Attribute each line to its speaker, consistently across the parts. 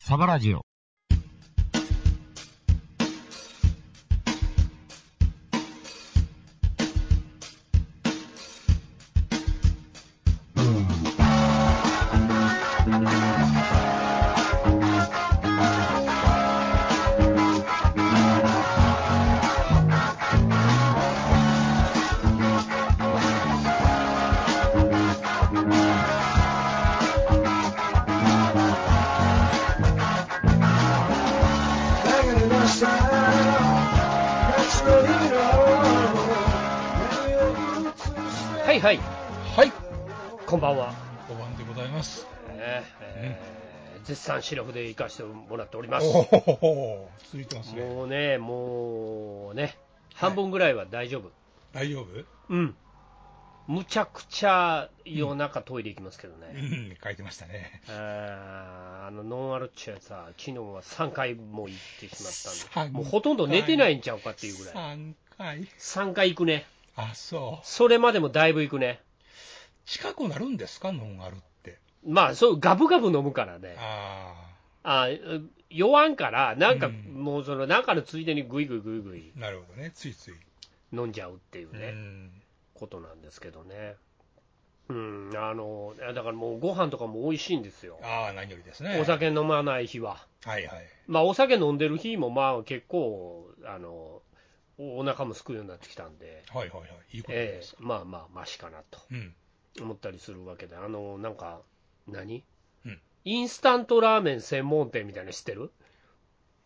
Speaker 1: サバラジオ。
Speaker 2: は
Speaker 3: はいい
Speaker 2: は
Speaker 3: はいい。
Speaker 2: はい。こんばんは。
Speaker 3: 5番でございます。
Speaker 2: えーえー絶賛視力で行かしてもらっており
Speaker 3: お
Speaker 2: ます。
Speaker 3: おほほほ、続いてますね。
Speaker 2: もうね、もうね、半分ぐらいは大丈夫。
Speaker 3: 大丈夫
Speaker 2: うん。むちゃくちゃ夜中トイレ行きますけど
Speaker 3: う
Speaker 2: ね。
Speaker 3: ん、書いてましたね。
Speaker 2: あーあのノンアルチュアさ、昨日は3回も行ってしまったん
Speaker 3: 三
Speaker 2: で、もうほとんど寝てないんちゃうかっていうぐらい。
Speaker 3: 3回
Speaker 2: 3回行くね。
Speaker 3: あ、そう。
Speaker 2: それまでもだいぶ行くね。
Speaker 3: 近くなるんですかノンアルって。
Speaker 2: まあ、そう、ガブガブ飲むからね。
Speaker 3: あ
Speaker 2: あう酔わんから、なんか
Speaker 3: うん
Speaker 2: もうその、なんかのついでにぐいぐいぐいぐい
Speaker 3: あ、なるほどね。ついつい。
Speaker 2: 飲んじゃうっていう
Speaker 3: う
Speaker 2: ね、
Speaker 3: ん。
Speaker 2: ことなんですけどね。うん、あの、だからもうご飯とかも美味しいんですよ。
Speaker 3: ああ、何よりですね。
Speaker 2: お。酒飲まない日は。
Speaker 3: はいはい。
Speaker 2: まあ、お酒飲んでる日も、まあ、結構、あの、おお腹もすくようになってきたんで、
Speaker 3: はいはいはい。いいこと
Speaker 2: え
Speaker 3: です。
Speaker 2: えまあまあ、マシかなと
Speaker 3: うん。
Speaker 2: 思ったりするわけで、あの、なんか、何、
Speaker 3: うん
Speaker 2: インスタントラーメン専門店みたいなの知ってる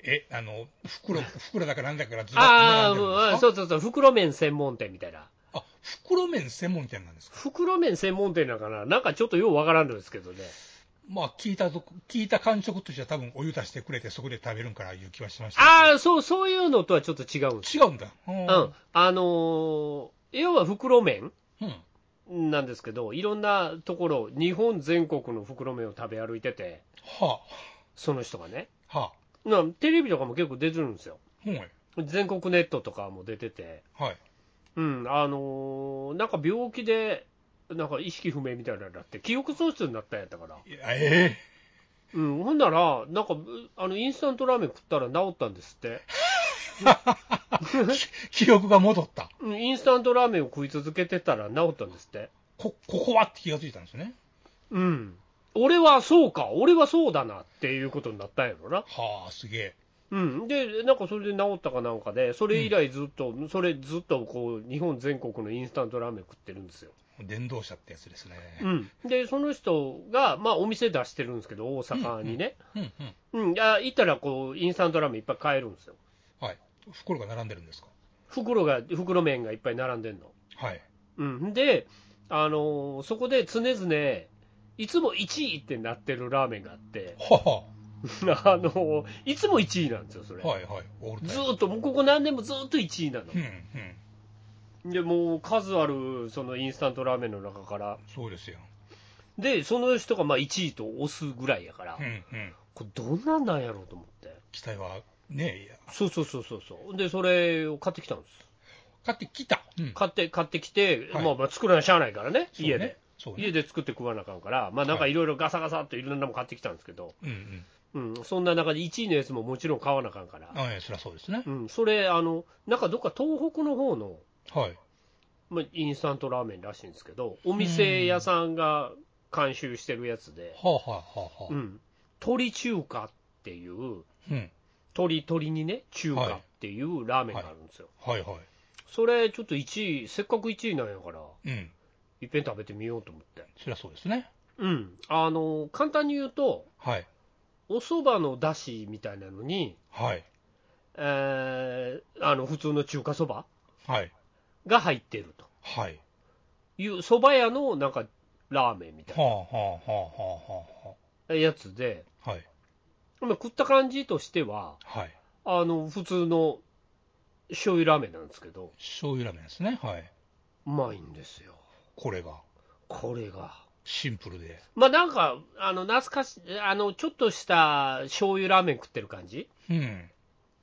Speaker 3: え、あの、 袋、袋だかなんだからずらっと
Speaker 2: あ
Speaker 3: 並んでるんですか
Speaker 2: あ、そうそうそう、袋麺専門店みたいな。
Speaker 3: あ、袋麺専門店なんですか
Speaker 2: 袋麺専門店なのかななんかちょっとようわからんのですけどね。
Speaker 3: まあ、聞いたとこ、聞いた感触としては多分お湯足してくれてそこで食べるんからいう気はしましたけど。
Speaker 2: ああ、そう、そういうのとはちょっと違うんです。
Speaker 3: 違うんだ。う
Speaker 2: うんん。あのー要は袋麺
Speaker 3: うん。
Speaker 2: なんですけど、いろんなところ、日本全国の袋麺を食べ歩いてて、
Speaker 3: は
Speaker 2: その人がね。
Speaker 3: あ、はあ、
Speaker 2: なテレビとかも結構出てるんですよ。
Speaker 3: ほい、
Speaker 2: 全国ネットとかも出てて。
Speaker 3: はい。
Speaker 2: うん、あのーなんか病気で、なんか意識不明みたいなのになって、記憶喪失になったんやったから。
Speaker 3: いやえ
Speaker 2: うん、ほんなら、なんか、うあの、インスタントラーメン食ったら治ったんですって。
Speaker 3: え 記憶が戻った。
Speaker 2: うんインスタントラーメンを食い続けてたら治ったんですって。
Speaker 3: こ、ここはって気がついたんですね。
Speaker 2: うん。俺はそうか、俺はそうだなっていうことになったんやろな。
Speaker 3: はあ、すげえ。
Speaker 2: うん。で、なんかそれで治ったかなんかで、それ以来ずっと、それずっとこう、日本全国のインスタントラーメン食ってるんですよ。
Speaker 3: 電動車ってやつですね。
Speaker 2: うん。で、その人が、まあお店出してるんですけど、大阪にね。
Speaker 3: うん、うん。
Speaker 2: うん。いや行ったらこう、インスタントラーメンいっぱい買えるんですよ。
Speaker 3: はい。袋が並んでるんですか
Speaker 2: 袋が、袋麺がいっぱい並んでんの。
Speaker 3: はい。
Speaker 2: うん、で、あのーそこで常々、いつも1位ってなってるラーメンがあって、
Speaker 3: は
Speaker 2: あのーいつも1位なんですよ、それ。
Speaker 3: あ、はい、はい。オールタイ
Speaker 2: ず
Speaker 3: ム。
Speaker 2: ーっと、もうここ何年もずーっと1位な
Speaker 3: うん、
Speaker 2: の。
Speaker 3: うん。
Speaker 2: で、もう数ある、そのインスタントラーメンの中から。
Speaker 3: そうですよ。
Speaker 2: で、その人がまあ1位と押すぐらいやから
Speaker 3: うん、、うん。
Speaker 2: これどんなんなんやろうと思って。
Speaker 3: 期待は、ねえ、いや。
Speaker 2: そうそうそうそうそう。で、それを買ってきたんです。
Speaker 3: 買ってきた。うん。
Speaker 2: 買って、買ってきて、
Speaker 3: はい
Speaker 2: まあまあ作らなしゃあないからね、
Speaker 3: そうね
Speaker 2: 家で。。
Speaker 3: そう
Speaker 2: 家
Speaker 3: ね。
Speaker 2: で作って食わなあかんから、まあなんか
Speaker 3: はい
Speaker 2: いろいろガサガサっといろんなもん買ってきたんですけど、
Speaker 3: うん、うん。
Speaker 2: うん、そんな中で1位のやつももちろん買わなあかんから、
Speaker 3: あええ、そりゃそうですね
Speaker 2: う。ん、それ、あのなんかどっか東北の方の、
Speaker 3: はい。
Speaker 2: まあ、インスタントラーメンらしいんですけど、お店屋さんが監修してるやつで、
Speaker 3: はあ、はあ、はあ、は
Speaker 2: う
Speaker 3: あ。
Speaker 2: ん、鳥中華っていう、
Speaker 3: うん。
Speaker 2: 鳥鳥にね、中
Speaker 3: はい
Speaker 2: 華っていうラーメンがあるんですよ。
Speaker 3: はい、は
Speaker 2: それ、ちょっと1位、せっかく1位なんやから、
Speaker 3: い。うん。
Speaker 2: いっぺん食べてみようと思って。
Speaker 3: そりゃそうですね。
Speaker 2: うん、あの簡単に言うと、
Speaker 3: はい。
Speaker 2: お蕎麦のだしみたいなのに、
Speaker 3: はい。
Speaker 2: えーあの普通の中華そば
Speaker 3: はい。
Speaker 2: が入ってると
Speaker 3: はい。
Speaker 2: いう、蕎麦屋のなんかラーメンみたい
Speaker 3: はあ、はあ、はあ、はあ、は
Speaker 2: なやつで、
Speaker 3: あ。はい。
Speaker 2: まあ食った感じとしては、
Speaker 3: はい。
Speaker 2: あの普通の醤油ラーメンなんですけど、
Speaker 3: 醤油ラーメンですね。はい。
Speaker 2: うまいんですよ、
Speaker 3: これが、
Speaker 2: これが。
Speaker 3: シンプルで。
Speaker 2: まあなんか、あの懐かしあのちょっとした醤油ラーメン食ってる感じ、
Speaker 3: うん。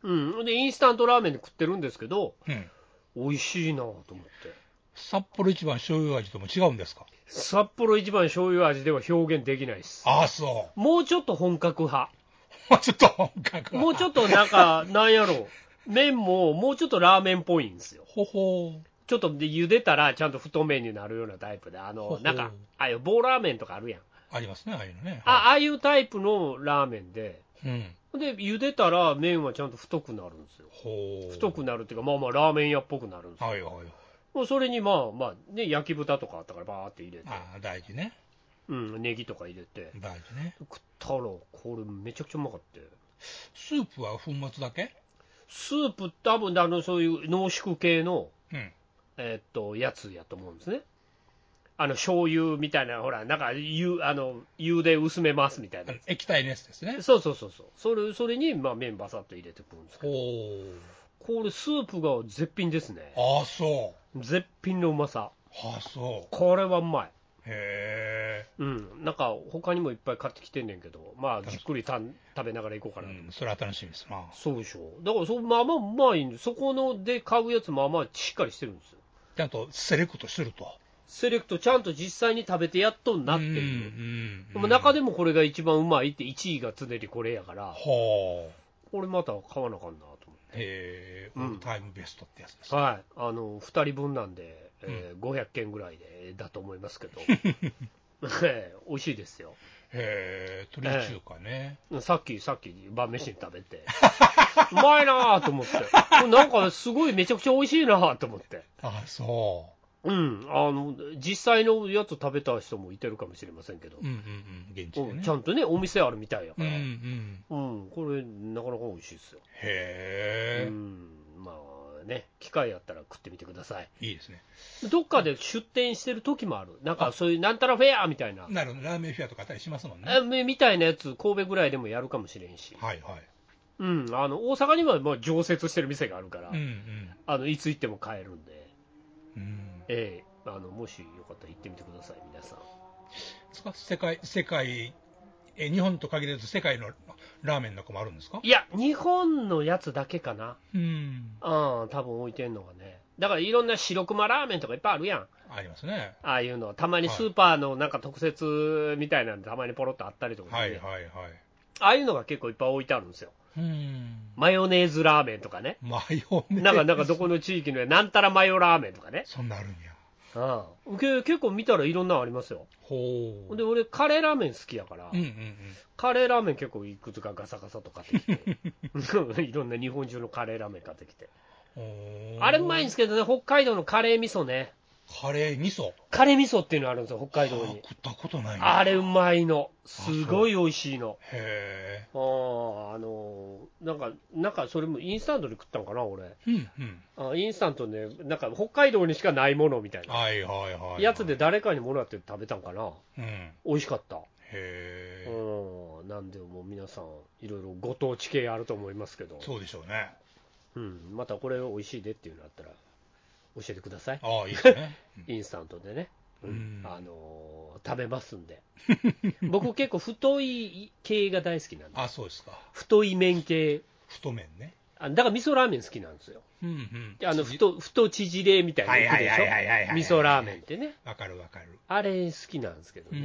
Speaker 2: うん、でインスタントラーメンで食ってるんですけど、
Speaker 3: うん。
Speaker 2: 美味しいなと思って。
Speaker 3: 札幌一番醤油味とも違うんですか
Speaker 2: 札幌一番醤油味では表現できないです。
Speaker 3: ああ、そ
Speaker 2: もうちょっと本格派。
Speaker 3: う。もう ちょっと本格は。
Speaker 2: もうちょっとなんか、なんやろう、麺ももうちょっとラーメンっぽいんですよ。
Speaker 3: ほほ
Speaker 2: ちょっとで茹でたらちゃんと太麺になるようなタイプで、あ
Speaker 3: ほう
Speaker 2: の
Speaker 3: ほ、う
Speaker 2: なんか、ああいう棒ラーメンとかあるやん。
Speaker 3: ーありますね、ああいうのね。
Speaker 2: あああいうタイプのラーメンで、
Speaker 3: うん。
Speaker 2: で、茹でたら麺はちゃんと太くなるんですよ。
Speaker 3: ほう。
Speaker 2: 太くなるっていうか、まあまあラーメン屋っぽくなるんですよ。
Speaker 3: はいはいはい。
Speaker 2: もうそれにまあまあ、ね、焼き豚とかあったからバーって入れて、
Speaker 3: ああ、大事ね。
Speaker 2: うん、ネギとか入れて、
Speaker 3: 大事ね。
Speaker 2: 食ったら、これめちゃくちゃうまかったよ
Speaker 3: スープは粉末だけ
Speaker 2: スープ多分あのそういう濃縮系の、
Speaker 3: うん。
Speaker 2: えっとやつやと思うんですね。あの醤油みたいな、ほら、なんか湯あの湯で薄めますみたい
Speaker 3: あ
Speaker 2: な
Speaker 3: の。液体のやつですね。
Speaker 2: そうそうそうそう。それそれにまあ麺バサッと入れてくるんですけど、
Speaker 3: ほう。
Speaker 2: これスープが絶品ですね。
Speaker 3: ああ、そう。
Speaker 2: 絶品のうまさ。
Speaker 3: ああ、そ
Speaker 2: これはうまい。
Speaker 3: う。へえ。
Speaker 2: うん、なんか他にもいっぱい買ってきてんねんけど、まあじっくりたん食べながら行こう
Speaker 3: う
Speaker 2: かなと、
Speaker 3: ん、それは楽しみですな。
Speaker 2: そうでしょだからそまあまあうまいんでそこので買うやつまあまあしっかりしてるんですよ
Speaker 3: ちゃんとセレクトすると。
Speaker 2: セレクトちゃんと実際に食べてやっとんなって
Speaker 3: うん
Speaker 2: いう、
Speaker 3: うん、
Speaker 2: でも中
Speaker 3: で。
Speaker 2: でもこれが一番うまいって1位が常にこれやから
Speaker 3: ほう。
Speaker 2: これまた買わなあかんなと思っ
Speaker 3: えー、
Speaker 2: う
Speaker 3: オ
Speaker 2: ん
Speaker 3: ールタイムベストってやつです
Speaker 2: て、はい、あの2人分なんで、えー500件ぐらいでだと思いま すけどえー美味しいですよ
Speaker 3: へえ、鶏中華ね。
Speaker 2: さっき、さっき晩飯に食 べて、うまいなぁと思って、これなんかすごいめちゃくちゃ美味しいなぁと思って、
Speaker 3: ああ、そ
Speaker 2: うん、あの、実際のやつ食べた人もいてるかもしれませんけど
Speaker 3: う。う、んうんうん、現地で
Speaker 2: うん
Speaker 3: ね。
Speaker 2: ちゃんとね、お店あるみたいや
Speaker 3: う
Speaker 2: か
Speaker 3: んう
Speaker 2: ら、うん、
Speaker 3: ん。
Speaker 2: これ、なかなか美味しいですよ。う
Speaker 3: へえ、
Speaker 2: ん、まあね、機会あったら食ってみてください。
Speaker 3: いいですね。
Speaker 2: どっかで出店してる時もある、なんかそういうなんたらフェアみたいな、
Speaker 3: なるほど、ラーメンフェアとかあったりしますもんね。
Speaker 2: えみみたいなやつ、神戸ぐらいでもやるかもしれんし、
Speaker 3: はいはい。
Speaker 2: うん、あの大阪にはまあ常設してる店があるから。
Speaker 3: うん
Speaker 2: あのいつ行っても買えるんで、
Speaker 3: うん。うん。
Speaker 2: ええあのもしよかったら行ってみてください、皆さん。
Speaker 3: ですか世界、世界、え、日本と限らず世界のラーメンなんかもあるんですか
Speaker 2: いや、日本のやつだけかな、
Speaker 3: うん。
Speaker 2: うん、多分置いてんのがね、だからいろんな白熊ラーメンとかいっぱいあるやん、
Speaker 3: ありますね。
Speaker 2: ああいうの、たまにスーパーのなんか特設みたいなんで、たまにポロっとあったりとかね、
Speaker 3: はいはいはい。
Speaker 2: ああいうのが結構いっぱい置いてあるんですよ、
Speaker 3: うん。
Speaker 2: マヨネーズラーメンと かね、
Speaker 3: マヨネーズ。
Speaker 2: なんかなんかどこの地域のや、なんたらマヨラーメンとかね、
Speaker 3: そんなんあるんや。
Speaker 2: うん、け結構見たらいろんなのありますよ、
Speaker 3: ほう。
Speaker 2: で俺、カレーラーメン好きやから。
Speaker 3: うんうんうん。
Speaker 2: カレーラーメン結構いくつかガサガサと買っ て きて、いろんな日本中のカレーラーメン買ってきて、
Speaker 3: ほ
Speaker 2: あれうまいんですすけどね、北海道のカレー味噌ね、
Speaker 3: カレー味噌。
Speaker 2: カレー味噌っていうのあるんですよ、北海道
Speaker 3: あ
Speaker 2: に。
Speaker 3: 食ったことないな
Speaker 2: あれうまいの、すごい美味しいの。
Speaker 3: へ
Speaker 2: あーあのーなんか、なんかそれもインスタントで食ったのかな、俺。
Speaker 3: えうんうん
Speaker 2: あインスタントね、なんか北海道にしかないものみたいな
Speaker 3: はいはいはい
Speaker 2: やつで誰かにもらって食べたんかな、
Speaker 3: うん
Speaker 2: 美味しかった。
Speaker 3: へえ
Speaker 2: うん、なんで、もう皆さん、いろいろご当地系あると思いますけど。
Speaker 3: そうでしょうね
Speaker 2: うん、またこれ美味しいでっていうのあったら教えてください、
Speaker 3: ああいいですね
Speaker 2: インスタントでね、うん
Speaker 3: うん
Speaker 2: あのー食べますんで、 僕、結構太い系が大好きなんで、
Speaker 3: あそうですか
Speaker 2: 太い麺系、
Speaker 3: 太麺ね
Speaker 2: あだから味噌ラーメン好きなんですよ、
Speaker 3: うんうん
Speaker 2: であの太太縮れみたいなの行くで
Speaker 3: はいはいはいはいはい
Speaker 2: しょ、
Speaker 3: はい
Speaker 2: 味噌ラーメンってね、
Speaker 3: わかるわかる
Speaker 2: あれ好きなんですけどね、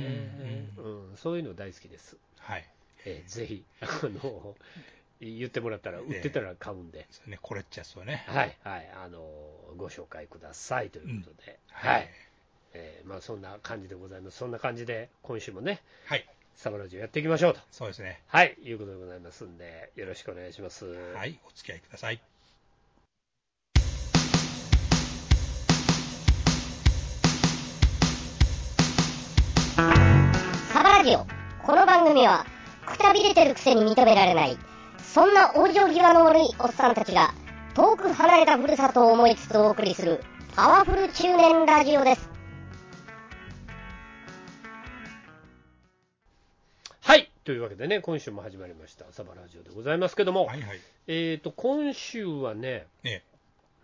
Speaker 3: う
Speaker 2: うんそういうの大好きです、
Speaker 3: はい
Speaker 2: えーぜひ、あの言ってもらったら、売ってたら買うんで。
Speaker 3: そうねこれっちゃそうね
Speaker 2: はいはい、あのご紹介くださいということで、はい、えーまあそんな感じでございます。そんな感じで今週もね、
Speaker 3: はい
Speaker 2: サバラジオやっていきましょうと、
Speaker 3: そうですね
Speaker 2: はい、いうことでございますんで、よろしくお願いします。、
Speaker 3: はいいお付き合いください
Speaker 1: サバラジオ。この番組は、くたびれてるくせに認められない、そんな往生際の悪いおっさんたちが、遠く離れたふるさとを思いつつお送りする、パワフル中年ラジオです。
Speaker 2: はい、というわけでね、今週も始まりました、サバラジオでございますけども、
Speaker 3: はいはい
Speaker 2: えっ、と、今週はね、
Speaker 3: ね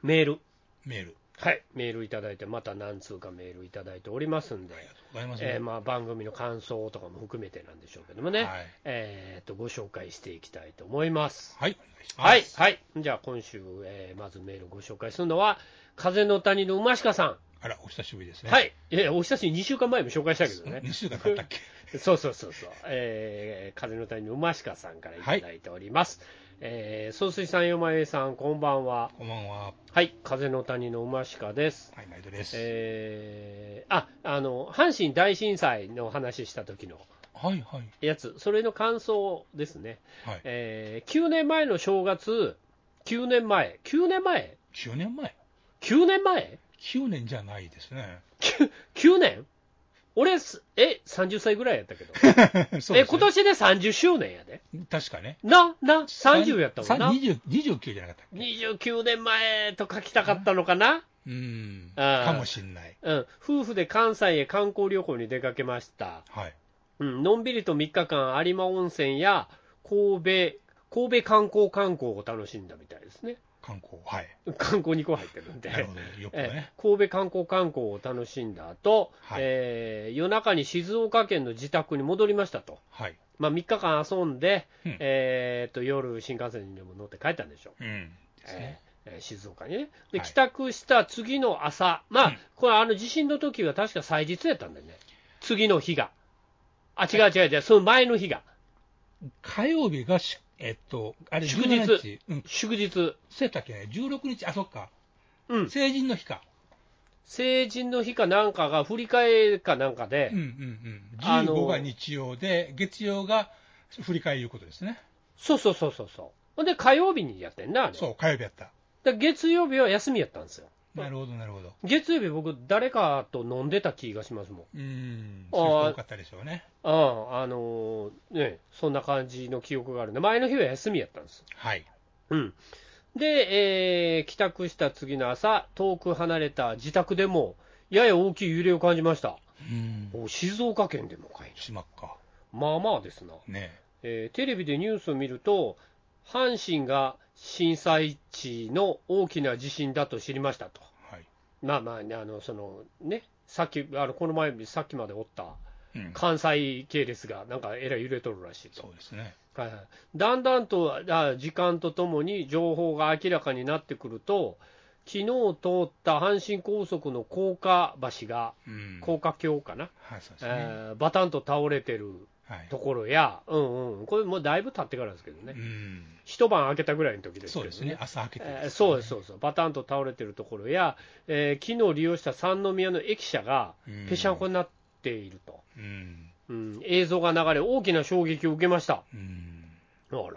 Speaker 2: メール、
Speaker 3: メール
Speaker 2: はい、メールいただいて、また何通かメールいただいておりますんで
Speaker 3: あ、りがとうございます
Speaker 2: えーまあ、番組の感想とかも含めてなんでしょうけどもね、
Speaker 3: はい
Speaker 2: えー、とご紹介していきたいと思います。
Speaker 3: はいお願いします
Speaker 2: はい、はい、じゃあ今週、えーまずメールご紹介するのは、風の谷の馬鹿さん、
Speaker 3: あらお久しぶりですね
Speaker 2: はい、えーお久しぶり、2週間前も紹介したけどね、
Speaker 3: 2週間経ったっけ
Speaker 2: そうそうそうそう、えー、風の谷の馬鹿さんからいただいております。えー、総帥さん、よまえさん、こんばんは。
Speaker 3: こんばんは。
Speaker 2: はい、風の谷の馬鹿です。
Speaker 3: はい、毎度です。
Speaker 2: えー、あ、あの、阪神大震災の話した時の
Speaker 3: はいはい。
Speaker 2: やつ、それの感想ですね。
Speaker 3: はい。
Speaker 2: えー、9年前の正月、9年前、9年前
Speaker 3: 9年前
Speaker 2: ?9 年前
Speaker 3: ?9 年じゃないですね。
Speaker 2: ?9 9年俺す、え、30歳ぐらいやったけど。
Speaker 3: そう
Speaker 2: え、
Speaker 3: ですね
Speaker 2: 今年で30周年やで。
Speaker 3: 確かね。
Speaker 2: な、な、30やったもんな。
Speaker 3: 20 29じゃなかったっけ
Speaker 2: 29年前と書きたかったのかな、
Speaker 3: うーん。
Speaker 2: あー
Speaker 3: かもしんない。
Speaker 2: うん、夫婦で関西へ観光旅行に出かけました。
Speaker 3: はい。
Speaker 2: うん、のんびりと3日間有馬温泉や神戸、神戸観光観光を楽しんだみたいですね。
Speaker 3: 観光。はい。
Speaker 2: 観光2個入ってるんで。
Speaker 3: なるほど。よく
Speaker 2: え
Speaker 3: ね。
Speaker 2: ー神戸観光観光を楽しんだ後、
Speaker 3: はい
Speaker 2: えー夜中に静岡県の自宅に戻りましたと、
Speaker 3: はい。
Speaker 2: まあ、3日間遊んで、
Speaker 3: うん
Speaker 2: えーっと夜、新幹線にでも乗って帰ったんでしょう、
Speaker 3: うん。ですね。
Speaker 2: えー静岡にねで、
Speaker 3: はい
Speaker 2: 帰宅した次の朝、まあ、
Speaker 3: うん
Speaker 2: これ、あの地震の時は確か祭日やったんだよね、次の日が、あ違う違う違う、その前の日が、
Speaker 3: 火曜日がし、えっと、あれ、
Speaker 2: 祝
Speaker 3: 祝
Speaker 2: 日
Speaker 3: 日。うん。
Speaker 2: 祝日、
Speaker 3: そうやったっけね。16日、あ、そっか。
Speaker 2: うん、
Speaker 3: 成人の日か。
Speaker 2: 成人の日かなんかが、振り替えかなんかで、
Speaker 3: うんうんうん。
Speaker 2: あの
Speaker 3: 15が日曜で、月曜が振り替えいうことですね。
Speaker 2: そうそうそうそうそう、ほんで火曜日にやってんな、あれ。
Speaker 3: そう、火曜日やった。
Speaker 2: で月曜日は休みやったんですよ。
Speaker 3: なるほど、なるほど。
Speaker 2: 月曜日、僕、誰かと飲んでた気がしますも
Speaker 3: う
Speaker 2: ん。
Speaker 3: ーん。
Speaker 2: あ
Speaker 3: そう
Speaker 2: ー
Speaker 3: いう人多かったでしょうね。
Speaker 2: ああ、あのーね、そんな感じの記憶があるんで、前の日は休みやったんです。
Speaker 3: はい。
Speaker 2: うん。で、えー帰宅した次の朝、遠く離れた自宅でも、やや大きい揺れを感じました。
Speaker 3: うん。
Speaker 2: お静岡県でもかいな。
Speaker 3: 島か。
Speaker 2: まあまあですな。
Speaker 3: ね
Speaker 2: えーテレビでニュースを見ると、阪神が震災地の大きな地震だと知りましたと。
Speaker 3: はい。
Speaker 2: まあまあ、ね、あのそのね、さっき、あのこの前、さっきまでおった
Speaker 3: うん。
Speaker 2: 関西系列が、なんかえらい揺れとるらしいと
Speaker 3: そ、うですね。
Speaker 2: はいはい、だんだんとあ時間とともに情報が明らかになってくると、昨日通った阪神高速の高架橋が、
Speaker 3: うん。
Speaker 2: 高架橋かな、
Speaker 3: はい、そうですね。
Speaker 2: えーバタンと倒れてる
Speaker 3: はい。
Speaker 2: ところや、うんうん、これもうだいぶ経ってからですけどね、
Speaker 3: うん。
Speaker 2: 一晩明けたぐらいの時ですけ
Speaker 3: そ
Speaker 2: ど
Speaker 3: うですね。朝明けて。
Speaker 2: えーそうです、そううです、バタンと倒れてるところや、えー昨日利用した三宮の駅舎が
Speaker 3: うん
Speaker 2: ぺしゃんこになっていると、
Speaker 3: うん。
Speaker 2: うん映像が流れ、大きな衝撃を受けました、
Speaker 3: うん。
Speaker 2: あら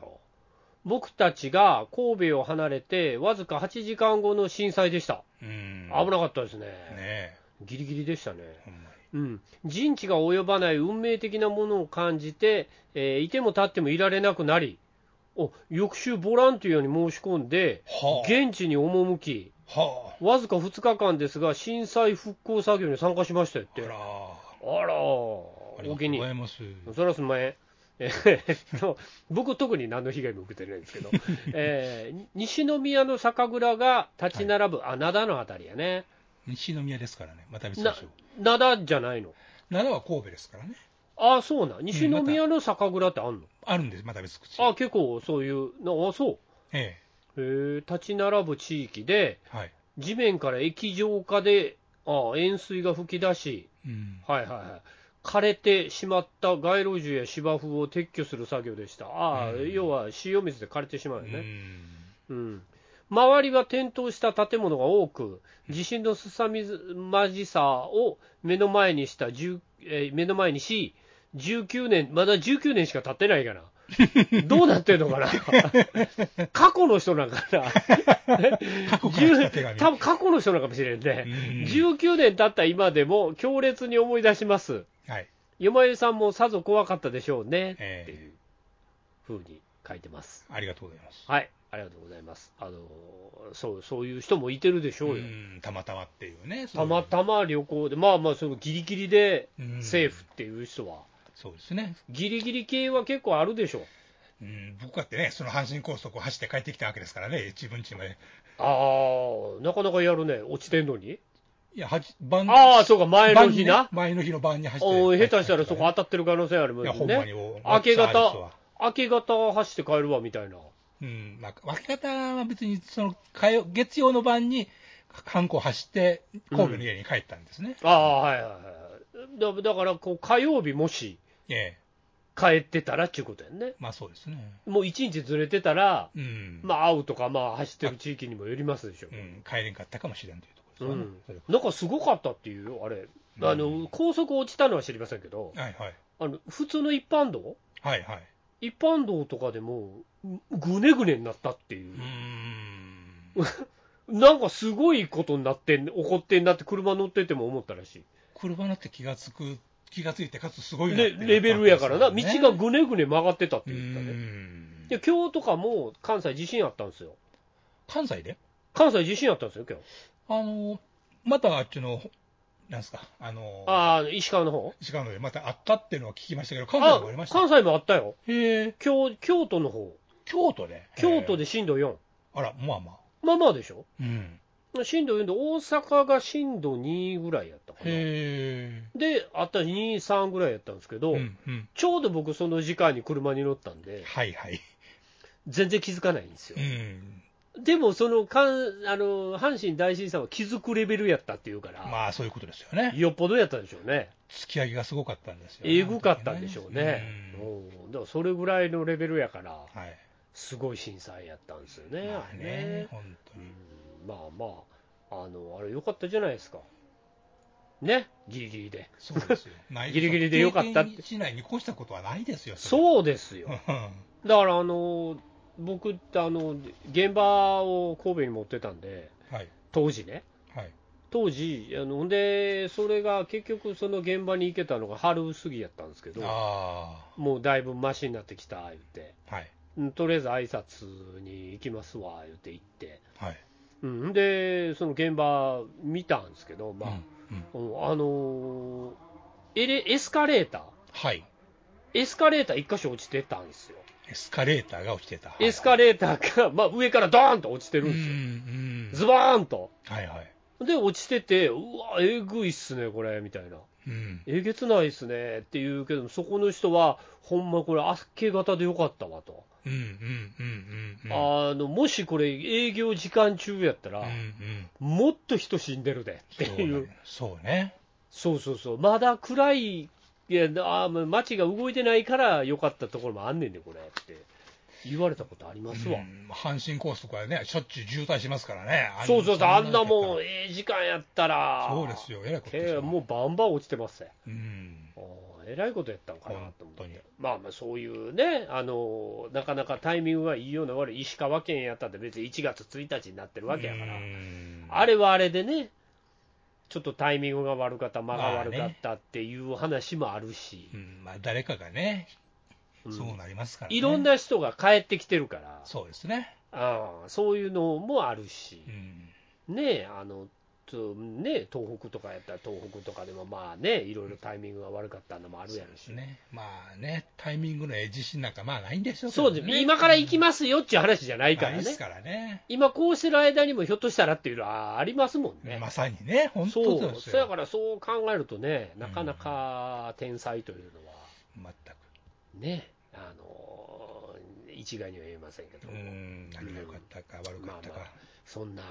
Speaker 2: 僕たちが神戸を離れて、わずか8時間後の震災でした、
Speaker 3: うん。
Speaker 2: 危なかったですね、
Speaker 3: ねえ。
Speaker 2: ギリギリでしたね。
Speaker 3: ほんまに。
Speaker 2: うん、人知が及ばない運命的なものを感じて、えーいても立ってもいられなくなり、お翌週、ボランティアに申し込んで、
Speaker 3: はあ
Speaker 2: 現地に赴き、
Speaker 3: はあ。
Speaker 2: わずか2日間ですが、震災復興作業に参加しましたよって。
Speaker 3: あら
Speaker 2: あら、
Speaker 3: あ
Speaker 2: お
Speaker 3: りがと
Speaker 2: 気
Speaker 3: う
Speaker 2: に
Speaker 3: ござ
Speaker 2: 入
Speaker 3: います。
Speaker 2: り。そらすんまへん。えーっと、僕、特に何の被害も受けてないんですけ ど、えー西宮の酒蔵が立ち並ぶ、あ、灘のあたりやね。
Speaker 3: 西宮ですからね。また別で
Speaker 2: な
Speaker 3: しょう。、
Speaker 2: 灘じゃないの。
Speaker 3: 奈良は神戸ですからね。
Speaker 2: あ、そうなん。西宮の酒蔵ってあんの、
Speaker 3: あるんです、また別口。
Speaker 2: あ、結構そういう、なあ、そう。
Speaker 3: ええ。
Speaker 2: へー立ち並ぶ地域で、
Speaker 3: はい。
Speaker 2: 地面から液状化で、あ塩水が噴き出し、
Speaker 3: うん。
Speaker 2: はいはいはい、枯れてしまった街路樹や芝生を撤去する作業でした、ああ、
Speaker 3: うん
Speaker 2: 要は塩水で枯れてしま
Speaker 3: う
Speaker 2: うよね、
Speaker 3: ん。
Speaker 2: うん周りは転倒した建物が多く、地震の凄まじさを目の前にした、10えー目の前にし、19年、まだ19年しか経ってな いから。どうなってんのかな過去の人なんかな
Speaker 3: 過去から来た手
Speaker 2: 10
Speaker 3: 紙。
Speaker 2: 多分過去の人なんかもしれんね、
Speaker 3: うん
Speaker 2: 19年経った今でも強烈に思い出します
Speaker 3: はい。
Speaker 2: よまゆりさんもさぞ怖かったでしょうね
Speaker 3: え
Speaker 2: って
Speaker 3: え
Speaker 2: いうふうに書いてます。
Speaker 3: ありがとうございます。
Speaker 2: はい、ありがとうございます。あのそうそういう人もいてるでしょうよ。
Speaker 3: んたまたまっていうね、
Speaker 2: たま
Speaker 3: ま
Speaker 2: たま旅行で、まあまあ、そのギリギリでセーフっていう人は、
Speaker 3: そうですね、
Speaker 2: ギリギリ系は結構あるでしょう。
Speaker 3: うん、僕だってね、その阪神高速を走って帰ってきたわけですからね、自分家まで、
Speaker 2: ああ、なかなかやるね、落ちてんのに。
Speaker 3: いや、はじ晩
Speaker 2: ああ、そうか、前の日
Speaker 3: 晩に
Speaker 2: な
Speaker 3: ね。前の日の晩に走って、
Speaker 2: おー下手したら
Speaker 3: 帰
Speaker 2: そ
Speaker 3: ってき
Speaker 2: こ当たってる可能性ありま
Speaker 3: いや、
Speaker 2: すよ
Speaker 3: ほんまに
Speaker 2: ね。
Speaker 3: お
Speaker 2: 明け
Speaker 3: あの人
Speaker 2: 方
Speaker 3: は、
Speaker 2: 明け方走って帰るわみたいな。
Speaker 3: うん、まあ、明け方は別にその火曜、月曜の晩に、観光走って、神戸の家に帰ったんですね、
Speaker 2: ああ、はいはいはいだ。だからこう火曜日、もし
Speaker 3: ええ
Speaker 2: 帰ってたらっていうことやんね。
Speaker 3: まあそうですね。
Speaker 2: もう1日ずれてたら、
Speaker 3: うん。
Speaker 2: まあ、会うとか、まあ、走ってる地域にもよりますでしょ
Speaker 3: う。ん、帰れんかったかもしれんというとこ
Speaker 2: う
Speaker 3: ろですわね
Speaker 2: ん
Speaker 3: それは。
Speaker 2: なんかすごかったっていうよ、あれ。
Speaker 3: うん
Speaker 2: あの、高速落ちたのは知りませんけど、
Speaker 3: はいはい。
Speaker 2: あの、普通の一般道
Speaker 3: はいはい。
Speaker 2: 一般道とかでも、ぐねぐねになったっていう
Speaker 3: う。ん。
Speaker 2: なんかすごいことになってん、起こってんなって車乗ってても思ったらし
Speaker 3: 車乗って気がつく、気がついて、かつす
Speaker 2: い。
Speaker 3: ごいなってい
Speaker 2: レ
Speaker 3: うのが
Speaker 2: レベルやからな、
Speaker 3: あっ
Speaker 2: 道
Speaker 3: たんですよね
Speaker 2: がぐねぐね曲がってたって言ってた
Speaker 3: う
Speaker 2: ね。
Speaker 3: ん
Speaker 2: で、今日とかも関西地震あったんですよ。
Speaker 3: 関西で、
Speaker 2: 関西地震あったんですよ、今日。
Speaker 3: あのまたあっちの、なんですか、あの
Speaker 2: ああ、石川の方
Speaker 3: 石川のでまたあったっていうのは聞きましたけど、関西
Speaker 2: あ
Speaker 3: もありました
Speaker 2: 関西もあったよ。
Speaker 3: へえ、
Speaker 2: 京京都の方。
Speaker 3: 京都で、
Speaker 2: 京
Speaker 3: で、
Speaker 2: 都で震度4。
Speaker 3: あら、まあまあ、
Speaker 2: まあまあでしょ
Speaker 3: うん、
Speaker 2: 震度4で、大阪が震度2ぐらいやったかな。
Speaker 3: へ
Speaker 2: で、あった2、3ぐらいやったんですけ
Speaker 3: え、
Speaker 2: ど、
Speaker 3: うんうん、
Speaker 2: ちょうど僕、その時間に車に乗ったんで、
Speaker 3: はいはい、
Speaker 2: 全然気づかないんですよ
Speaker 3: う。ん、
Speaker 2: でも、そのかんあの阪神大震災は気づくレベルやったっていうから、
Speaker 3: まあそういうことですよね、
Speaker 2: よっぽどやったでしょうね、
Speaker 3: 突き上げがすごかったんですよね、
Speaker 2: えぐかったんでしょうね、
Speaker 3: う
Speaker 2: うんだからそれぐらいのレベルやから、
Speaker 3: んはい、
Speaker 2: すごい震災やったんですよね、
Speaker 3: ま
Speaker 2: あ
Speaker 3: あ
Speaker 2: れ
Speaker 3: ね、本当
Speaker 2: う
Speaker 3: に、
Speaker 2: んまあまあ、あのあれ、良かったじゃないですか、ね、ギリギリで、
Speaker 3: そうですよ、ない
Speaker 2: ギリギリでよかったって
Speaker 3: 経験しないに越したことはないですよ、れ
Speaker 2: そうですよ
Speaker 3: う、ん
Speaker 2: だからあの僕ってあの現場を神戸に持ってたんで、
Speaker 3: はい、
Speaker 2: 当時ね。
Speaker 3: はい、
Speaker 2: 当時、あのほんで、それが結局、その現場に行けたのが春過ぎやったんですけど、
Speaker 3: あ
Speaker 2: もうだいぶマシになってきた言って、
Speaker 3: あ、はい、
Speaker 2: うんとりあえず挨拶に行きますわ言って行って、
Speaker 3: はい、
Speaker 2: うん、で、その現場見たんですけど、まあ
Speaker 3: うんうん
Speaker 2: うんあのーエレ、エスカレーター、
Speaker 3: はい、
Speaker 2: エスカレーター1箇所落ちてたんですよ、
Speaker 3: エスカレーターが落ちてた、
Speaker 2: エスカレーターが、 まあ、上からドーンと落ちて
Speaker 3: ー
Speaker 2: るんですよ、
Speaker 3: んです
Speaker 2: ズバーンと。
Speaker 3: はいはい、
Speaker 2: で、落ちてて、うわ、えぐいっすね、これ、みたいな。
Speaker 3: うん、
Speaker 2: えげつないっすねって言うけど、そこの人は、ほんまこれ、あっけ方でよかったわと、
Speaker 3: うんうんうんうん、
Speaker 2: あのもしこれ、営業時間中やったら、
Speaker 3: うんうん、
Speaker 2: もっと人死んでるでっていう、
Speaker 3: そうね、
Speaker 2: そうそうそう、まだ暗い、いやあー街が動いてないからよかったところもあんねんで、これって言われたことありますわ。
Speaker 3: うん阪神高速はね、しょっちゅう渋滞しますからね、
Speaker 2: そうそうそう、あんなもん、
Speaker 3: ん、
Speaker 2: ええ時間やったら、
Speaker 3: そうですよ、えらいことです
Speaker 2: け
Speaker 3: よ、
Speaker 2: もうバンバン落ちてますね。
Speaker 3: うん、
Speaker 2: あーえらいことやったんかなと
Speaker 3: 本
Speaker 2: 思って
Speaker 3: 当。に、
Speaker 2: まあまあそういうね、あのなかなかタイミングがいいような悪い石川県やったって、別に1月1日になってるわけやから、
Speaker 3: うん
Speaker 2: あれはあれでね、ちょっとタイミングが悪かった、間が悪かったっていう話もあるし、
Speaker 3: うんまあ、誰かがね、
Speaker 2: うん
Speaker 3: そうなりますから、ね、
Speaker 2: いろん、な人が帰ってきてるから、
Speaker 3: そうですね、
Speaker 2: ああそういうのもあるし
Speaker 3: う、ん、
Speaker 2: ねあのつね、東北とかやったら東北とかでもまあね、いろいろタイミングが悪かったのもある
Speaker 3: そう
Speaker 2: やろ
Speaker 3: です
Speaker 2: し、
Speaker 3: ね、まあね、タイミングのええ自信なんか、まあないんでしょ
Speaker 2: そうです、今から行きますよっていう話じゃな
Speaker 3: ない
Speaker 2: から
Speaker 3: いで
Speaker 2: ね
Speaker 3: す。からね。
Speaker 2: 今こうしてる間にもひょっとしたらっていうのはありますもんね。
Speaker 3: まさにね、本当
Speaker 2: そ
Speaker 3: そう
Speaker 2: う、
Speaker 3: です
Speaker 2: そや
Speaker 3: よ
Speaker 2: か。らそう考えるとね、なかなか天才というのは
Speaker 3: 全く。
Speaker 2: ね、あの一概には言えませんけど
Speaker 3: う
Speaker 2: も、
Speaker 3: ん、何が良かったか悪かった
Speaker 2: まあま
Speaker 3: か。
Speaker 2: そんな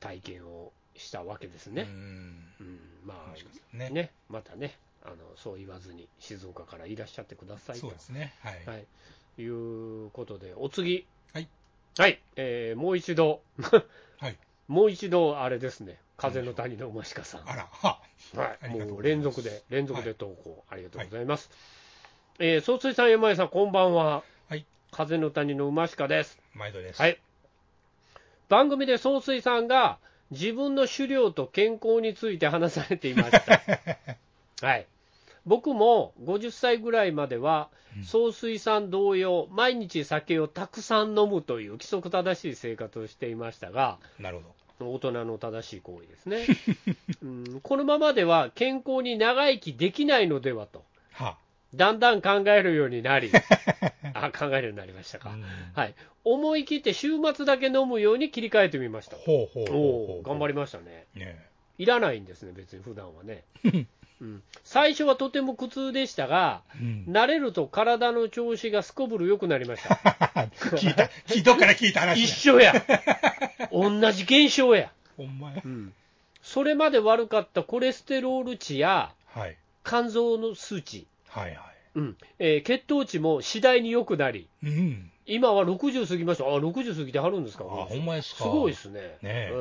Speaker 2: 体験をしたわけです
Speaker 3: う
Speaker 2: ね。
Speaker 3: ん。
Speaker 2: うん、ま
Speaker 3: もしかすると
Speaker 2: あ
Speaker 3: ね。
Speaker 2: ね、またね、あのそう言わずに静岡からいらっしゃってください
Speaker 3: そう
Speaker 2: と
Speaker 3: ですね。はい。
Speaker 2: はい、いうことで、お次、
Speaker 3: はい
Speaker 2: はいえーもう一度、
Speaker 3: はい。
Speaker 2: もう一度、あれですね、風の谷のマシカさん、
Speaker 3: あら、は。
Speaker 2: は
Speaker 3: あ
Speaker 2: い、
Speaker 3: りがとう
Speaker 2: もう
Speaker 3: ござい
Speaker 2: 連
Speaker 3: ます
Speaker 2: 続で、連続で投稿、ありがとうございます。えー、総帥さん、山井さん、こんばんは。
Speaker 3: はい
Speaker 2: 風の谷の馬鹿です。
Speaker 3: 毎度です。。
Speaker 2: はいい。番組で総帥さんが自分の狩猟と健康について話されてい ました。はい。僕も50歳ぐらいまでは
Speaker 3: うん、
Speaker 2: 総帥さん同様、毎日酒をたくさん飲むという規則正しい生活をしていましたが、
Speaker 3: なるほど。
Speaker 2: 大人の正しい行為で すね、うん、このままでは健康に長生きできないのではと、
Speaker 3: は。
Speaker 2: だんだん考えるように なり、あ考えるようになりましたか、はい、思い切って週末だけ飲むように切り替えてみました、
Speaker 3: ほうほうほう
Speaker 2: お
Speaker 3: ほ
Speaker 2: お、
Speaker 3: う。
Speaker 2: 頑張
Speaker 3: り。
Speaker 2: りましたね、
Speaker 3: ね
Speaker 2: いらないんですね、別に普段はね。うん、最初はとても苦痛でしたが、
Speaker 3: うん。
Speaker 2: 慣れると体の調子がすこぶる良くなりました。
Speaker 3: 聞いた、聞いどっから聞いた
Speaker 2: 一
Speaker 3: 話だ。
Speaker 2: 緒や、同じ現象や。
Speaker 3: ほんまや。
Speaker 2: それまで悪かったコレステロール値や
Speaker 3: はい。
Speaker 2: 肝臓の数値、
Speaker 3: はいはい。
Speaker 2: うんえー血糖値も次第に良くなり、
Speaker 3: うん。
Speaker 2: 今は60過ぎました、あ60過ぎてはるんです
Speaker 3: あ、
Speaker 2: か、
Speaker 3: ほんまですか。
Speaker 2: すごいですね、
Speaker 3: ねえ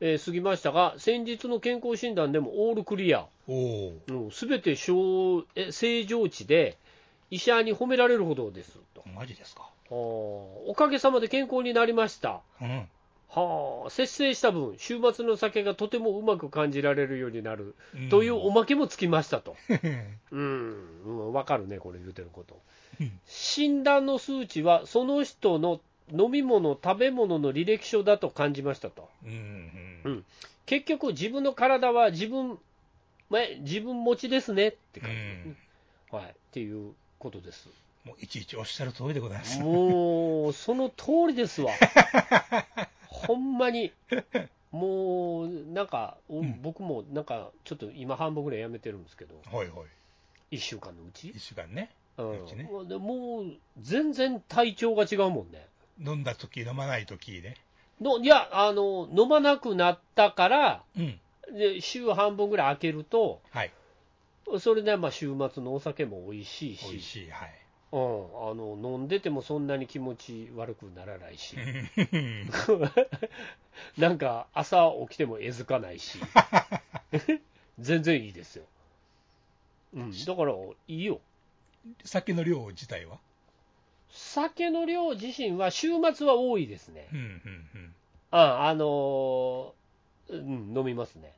Speaker 2: えええー過ぎましたが、先日の健康診断でもオールクリア、
Speaker 3: おお。
Speaker 2: す、べ、て小え正常値で、医者に褒められるほどですと
Speaker 3: マジですか。
Speaker 2: あーおかげさまで健康になりました、
Speaker 3: うん。
Speaker 2: はあ、節制した分、週末の酒がとてもうまく感じられるようになる、
Speaker 3: うん
Speaker 2: というおまけもつきましたと。うん、うん、わかるね、これ言うてること
Speaker 3: うん。
Speaker 2: 診断の数値は、その人の飲み物、食べ物の履歴書だと感じましたと。
Speaker 3: うん。う。
Speaker 2: うんん結局、自分の体は自分、え自分持ちですねって
Speaker 3: う
Speaker 2: 感じ、
Speaker 3: ん。
Speaker 2: はい、っていうこ とです。
Speaker 3: もういちいちおっしゃる通りでございます。
Speaker 2: もう、その通りですわ。 ほんまに。もう、なんか、お
Speaker 3: うん
Speaker 2: 僕もなんか、ちょっと今半分ぐらいやめてるんですけど、
Speaker 3: はいはい。
Speaker 2: 1週間のうち
Speaker 3: 一。週間ね。うちね
Speaker 2: うんでもう、全然体調が違うもんね。
Speaker 3: 飲んだ時、飲まない時ね。
Speaker 2: のいやあの、飲まなくなったから、
Speaker 3: うん。
Speaker 2: で週半分ぐらい空けると、
Speaker 3: はい。
Speaker 2: それでまあ週末のお酒も美味しいし
Speaker 3: 美味しい。はい。
Speaker 2: うん、あの、飲んでてもそんなに気持ち悪くならないし、
Speaker 3: うん
Speaker 2: なんか朝起きてもえずかないし、全然いいですよ。うん、だからいいよ。
Speaker 3: 酒の量自体は。
Speaker 2: 酒の量自身は週末は多いですね。
Speaker 3: うんうんうん
Speaker 2: ああのーうん、飲みますね。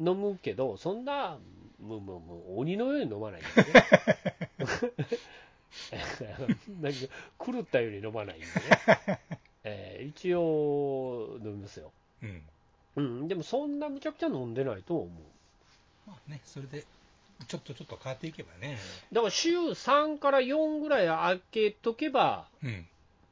Speaker 3: うん。
Speaker 2: 飲むけど、そんな、もうもうもう鬼のように飲まないんでねなんか。狂ったように飲まないんでね。えー一応、飲みますよ。
Speaker 3: うん。
Speaker 2: うん、でもそんなむちゃくちゃ飲んでないと思う。
Speaker 3: まあね、それで、ちょっとちょっと変わっていけばね。
Speaker 2: だから週3から4ぐらい開けとけば
Speaker 3: うん。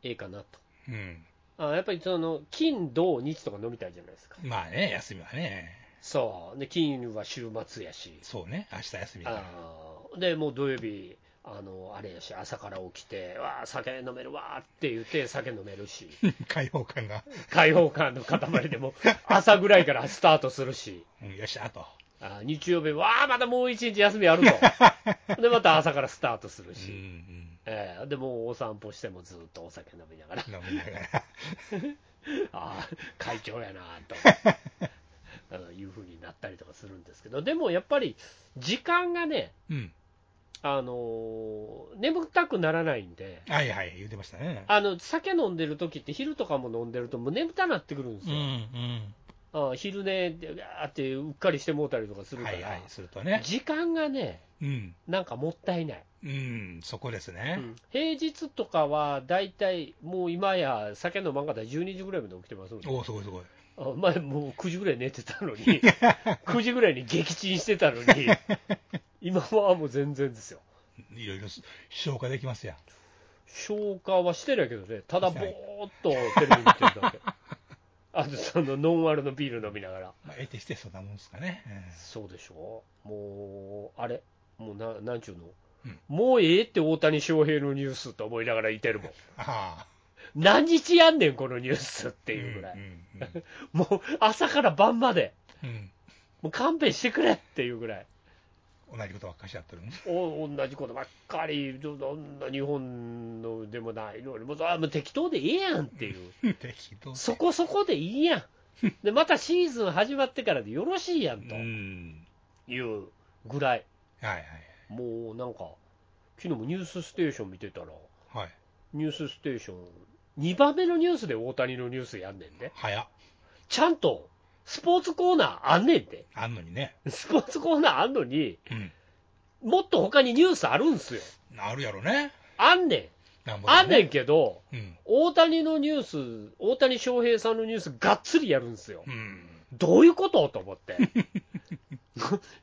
Speaker 2: ええかなと。
Speaker 3: うん。
Speaker 2: あやっぱりその金、土、日とか飲みたいじゃないですか。
Speaker 3: まあね、休みはね。
Speaker 2: そう。で、金は週末やし。
Speaker 3: そうね、明日休みだから。
Speaker 2: あーでもう土曜日あの、あれやし、朝から起きて、わあ、酒飲めるわーって言って、酒飲め るし、
Speaker 3: 開放感が、
Speaker 2: 開放感の塊でも、朝ぐらいからスタートするし、
Speaker 3: うん、よっしゃと。
Speaker 2: あー日曜日、わあ、またもう一日休みある と、で、また朝からスタートする
Speaker 3: う
Speaker 2: し、
Speaker 3: ん
Speaker 2: えーでもうお散歩してもずっとお酒飲み ながら、
Speaker 3: うん。飲みなが ら。
Speaker 2: ああ、会長やなと。あのいうふうになったりとかするんですけど、でもやっぱり時間がね、
Speaker 3: うん。
Speaker 2: あのー眠たくならないんで、
Speaker 3: はいはい、言ってましたね。
Speaker 2: あの酒飲んでる時って、昼とかも飲んでると、もう眠たなってくるんです
Speaker 3: うん
Speaker 2: よ、
Speaker 3: うん。
Speaker 2: あ昼寝で、あーってうっかりしてもうたりとかするか
Speaker 3: は
Speaker 2: ら、
Speaker 3: いはい、するとね。
Speaker 2: 時間がね、
Speaker 3: うん。
Speaker 2: なんかもったいない、
Speaker 3: うん、そこですね。
Speaker 2: 平日とかは大体、もう今や酒飲まんかったら12時ぐらいまで起きてますんで、
Speaker 3: おお、すごいすごい。
Speaker 2: あ前、もう9時ぐらい寝てたのに、9時ぐらいに撃沈してた のに、今はもう全然ですよ。
Speaker 3: いろいろす消化できますや。
Speaker 2: 消化はしてないけどね、ただぼーっとテレビ見てるだけ。 あとそのノンアルのビール飲みながら。
Speaker 3: まあ、得てしてそんなもんですかね。
Speaker 2: そうでしょもう、あれもうな、なんちゅうの、
Speaker 3: うん
Speaker 2: もうええって大谷翔平のニュースと思いながらいてるもん。
Speaker 3: ああ。
Speaker 2: 何日やんねん、このニュースっ
Speaker 3: て
Speaker 2: ていうぐらい。
Speaker 3: うんうん
Speaker 2: もう朝から晩まで、
Speaker 3: うん。
Speaker 2: もう勘弁してくれっていうぐらい。
Speaker 3: うん同じことばっかしやってるの
Speaker 2: お同じことばっかり、どどんな日本のでもないのに、もうあもう適当でいいやんっていう。
Speaker 3: 適当。
Speaker 2: そこそこでいいやん。で、またシーズン始まってからでよろしいやん
Speaker 3: う
Speaker 2: と
Speaker 3: ん。
Speaker 2: いうぐらい、
Speaker 3: はいはい。
Speaker 2: もうなんか、昨日もニュースステーション見てたら、
Speaker 3: はい。
Speaker 2: ニュースステーション、2番目のニュースで大谷のニュースやんねんね。
Speaker 3: 早っ。
Speaker 2: ちゃんと、スポーツコーナーあんねんで。
Speaker 3: あんのにね。
Speaker 2: スポーツコーナーあんのに、
Speaker 3: うん。
Speaker 2: もっと他にニュースあるんすよ。
Speaker 3: あるやろね。
Speaker 2: あんねん。
Speaker 3: なんぼでも
Speaker 2: あんねんけど、
Speaker 3: うん。
Speaker 2: 大谷のニュース、大谷翔平さんのニュースがっつりやるん ですよ。
Speaker 3: うん。
Speaker 2: どういうことと思 って。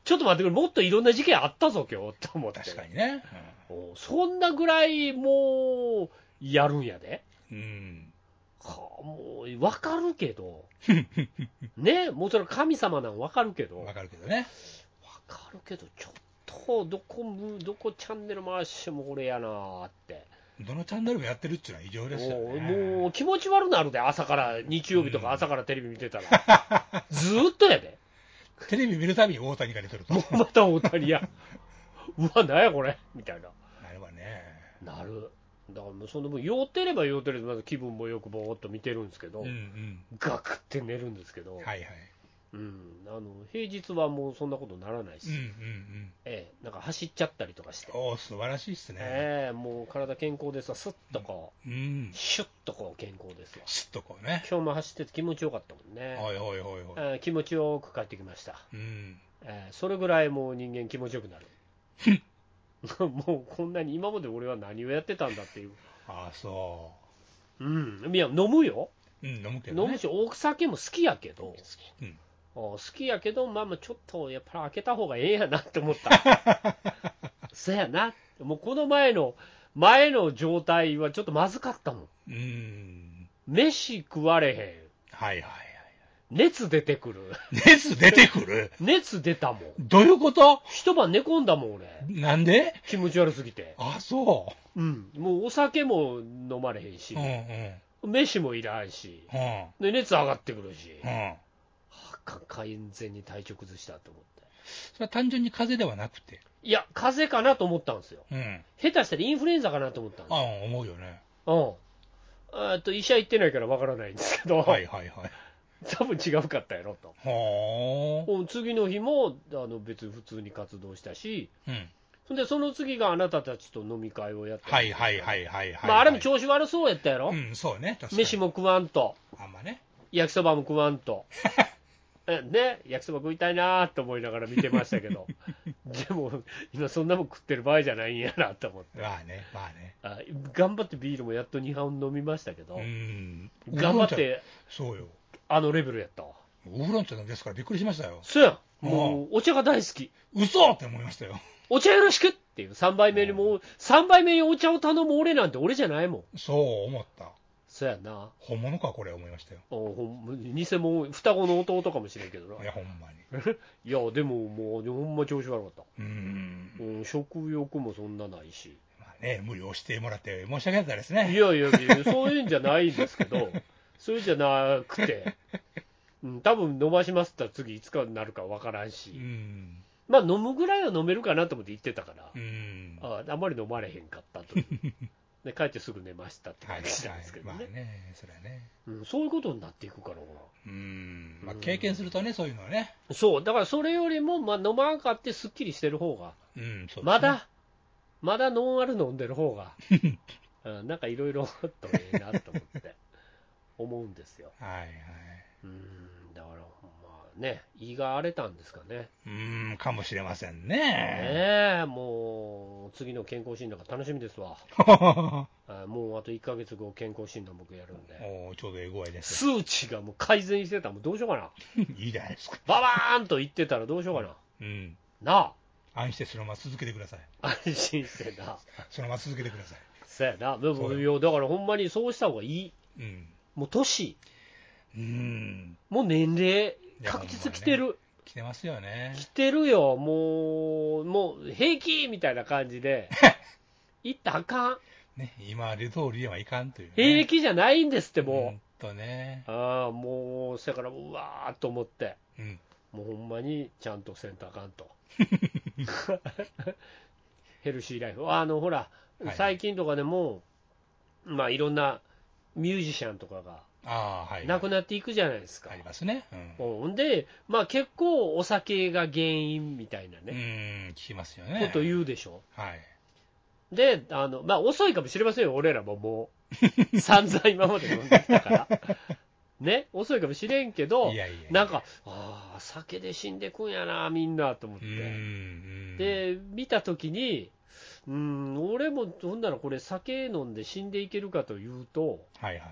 Speaker 2: ちょっと待ってくれ、もっといろんな事件あったぞ、今日、と思って。
Speaker 3: 確かにね。
Speaker 2: おそんなぐらい、もう、やるんやで。
Speaker 3: うんうん。
Speaker 2: はあ、もう、わかるけ ど。ね、もうそれ神様なんわかるけど。
Speaker 3: わ
Speaker 2: わ
Speaker 3: かるけどね。
Speaker 2: かるけど、ちょっと、どこむ、どこチャンネル回してもこれやなーって。
Speaker 3: どのチャンネルもやってるっていうのは異常ですよ
Speaker 2: もう
Speaker 3: ね。
Speaker 2: もう気持ち悪なるで、朝から、日曜日とか朝からテレビ見てたら。 ずーっとやで。
Speaker 3: テレビ見るたびに大谷が出てると。
Speaker 2: もうまた大谷や。うわ、なんやこれみたいな。
Speaker 3: なればね。
Speaker 2: なる。だからもうその分、酔ってれば酔ってるまず気分もよくぼーっと見てるんですけど、
Speaker 3: うん
Speaker 2: ガクって寝るんですけ
Speaker 3: う
Speaker 2: ど、
Speaker 3: ん。はいはい。
Speaker 2: うん、あの平日はもうそんなことならないし、
Speaker 3: うんうん
Speaker 2: ええ、なんか走っちゃったりとかして、
Speaker 3: うん。おー素晴らしいですね。
Speaker 2: ええ、もう体健康ですわ、すっとこう、
Speaker 3: うん。
Speaker 2: シュッとこう健康ですわ、
Speaker 3: シュッとこうね。
Speaker 2: 今日も走ってて気持ちよかったもんね、
Speaker 3: はいはいはいはい。
Speaker 2: ええ気持ちよく帰ってきました、
Speaker 3: うん。
Speaker 2: ええ、それぐらいもう人間気持ちよくなる。 もうこんなに今まで俺は何をやってたんだっていう、
Speaker 3: ああ、そ
Speaker 2: うん、いや、飲むよ、
Speaker 3: う。うん、飲むけど
Speaker 2: 飲
Speaker 3: ね。
Speaker 2: むし、お酒も好きやけど、
Speaker 3: うん。
Speaker 2: お好きやけど、まあまあ、ちょっとやっぱり開けた方がええやなって思った。 そやな、もうこの前の、前の状態はちょっとまずかったもん。
Speaker 3: うん。
Speaker 2: 飯食われへ
Speaker 3: はいはいはい。
Speaker 2: ん。熱出てくる。
Speaker 3: 熱出てくる
Speaker 2: 熱出たもん。
Speaker 3: どういうこと
Speaker 2: 一晩寝込んだもん、俺。
Speaker 3: なんで
Speaker 2: 気持ち悪すぎて。
Speaker 3: ああ、そ
Speaker 2: うん。もうお酒も飲まれへん
Speaker 3: う。
Speaker 2: し
Speaker 3: うん、うん。
Speaker 2: 飯もいらんし、
Speaker 3: うん。
Speaker 2: で熱上がってくるし、
Speaker 3: うん。
Speaker 2: あかん完全に体調崩したと思って。
Speaker 3: それは単純に風邪ではなくて。
Speaker 2: いや、風邪かなと思ったんですよ。
Speaker 3: うん。
Speaker 2: 下手したらインフルエンザかなと思ったんですよ
Speaker 3: ああ、思うよね。
Speaker 2: うん。えーっと、医者行ってないからわからないんですけど、
Speaker 3: はいはいはい。
Speaker 2: 多分違うかったやろと。
Speaker 3: はあ。
Speaker 2: うん次の日も、あの、別に普通に活動したし、
Speaker 3: うん。
Speaker 2: そんで、その次があなたたちと飲み会をやった。
Speaker 3: はいはいはいはいはい。
Speaker 2: まあ、あれも調子悪そうやったやろ、
Speaker 3: うん、そうね。確かに
Speaker 2: 飯。も食わんと、
Speaker 3: あんまね。
Speaker 2: 焼きそばも食わんと。えね、焼きそば食いたいなーと思いながら見てましたけど、でも、今そんなもん食ってる場合じゃないんやなと思って。
Speaker 3: まあね、まあね。
Speaker 2: あ頑張ってビールもやっと2本飲みましたけど
Speaker 3: う、ん。
Speaker 2: 頑張っ
Speaker 3: ウーロン茶。
Speaker 2: て
Speaker 3: そうよ。
Speaker 2: あのレベルやったわ。
Speaker 3: ウーロン茶ですからびっくりしましたよ。
Speaker 2: そうやんもう、お茶が大好き。
Speaker 3: 嘘って思いましたよ。
Speaker 2: お茶よろしくっていう、3杯目にもう、3杯目にお茶を頼む俺なんて俺じゃないもん。
Speaker 3: そう思った。
Speaker 2: そうやな。
Speaker 3: 本物か、これ思いましたよ。
Speaker 2: おほん偽物、双子の弟かもしれんけどな。
Speaker 3: い
Speaker 2: い
Speaker 3: や、ほんまに。
Speaker 2: や、でももう、ほんま調子悪かった。
Speaker 3: うん。
Speaker 2: うん、食欲もそんなないし。
Speaker 3: まあね、無理をしてもらって申し訳なかったですね。
Speaker 2: いやいや、いやそういうんじゃないんです けど、そういうんじゃなくて、うん、多分飲ましますって言ったら次いつかになるかわからん
Speaker 3: う
Speaker 2: し、
Speaker 3: ん。
Speaker 2: まあ飲むぐらいは飲めるかなと思って行ってたから
Speaker 3: う、ん。
Speaker 2: ああんまり飲まれへんかっ たというで帰ってすぐ寝ましたって
Speaker 3: はい
Speaker 2: 感じなんですけど
Speaker 3: まあ
Speaker 2: ね、
Speaker 3: ね、それはね。
Speaker 2: うん、そういうことになっていくから
Speaker 3: うん。まあ経験するとね、そういうのはね。
Speaker 2: そうだからそれよりも、まあ、飲まんかってすっきりしてる方が
Speaker 3: うん、そうですね
Speaker 2: まだまだノンアル飲んでる方 が、うん、なんかいろいろとええなと思って思うんですよ
Speaker 3: はいはい。
Speaker 2: うんだからまあね胃が荒れたんですかね
Speaker 3: うーん、かもしれません ね。
Speaker 2: ねえもう次の健康診断が楽しみですわあもうあと1ヶ月後健康診断僕やるんで
Speaker 3: おーちょうどええ具合です。
Speaker 2: 数値がもう改善してたらもうどうしようかな。
Speaker 3: いいじゃないですか。
Speaker 2: ババーンと言ってたらどうしようかな。
Speaker 3: うん。
Speaker 2: な
Speaker 3: 安心してそのまま続けてください。
Speaker 2: あ、安心してな。
Speaker 3: そのまま続けてくださ
Speaker 2: そやな。でも、
Speaker 3: そう
Speaker 2: いや、だからほんまにそうした方がいい。
Speaker 3: い。うん。
Speaker 2: もう年、
Speaker 3: うーん。
Speaker 2: もう年齢
Speaker 3: い、や
Speaker 2: 確実来てる。
Speaker 3: 来てますよね。
Speaker 2: 来てるよ。もう、もう平気みたいな感 じで。行ったらあかん。
Speaker 3: ね、今、レ通りではいかんという、ね。
Speaker 2: 平気じゃないんですって、
Speaker 3: ほ
Speaker 2: も
Speaker 3: んとね。
Speaker 2: う。ああ、もう、そやから、うわーっと思って。
Speaker 3: うん。
Speaker 2: もうほんまにちゃんとせんとあか んと。ヘルシーライフ。あの、ほら、
Speaker 3: はい
Speaker 2: 最近とかでも、まあいろんなミュージシャンとかが
Speaker 3: ああ、はい。
Speaker 2: 亡くなっていくじゃないですか。
Speaker 3: ありますね。うん。う
Speaker 2: うんで、まあ結構お酒が原因みたいなね、
Speaker 3: ーん、聞きますよね。
Speaker 2: こと言うでしょ。
Speaker 3: はい。
Speaker 2: で、あの、まあ遅いかもしれませんよ、俺らもも う。散々今まで飲んできたから。ね、遅いかもしれんけど、
Speaker 3: いやいやいや
Speaker 2: なんか、ああ、酒で死んでくんやな、みんな、と思っ
Speaker 3: う
Speaker 2: て。
Speaker 3: ーん。、
Speaker 2: で、見たときに、うん、俺もどんならこれ、酒飲んで死んでいけるかというと、
Speaker 3: はいは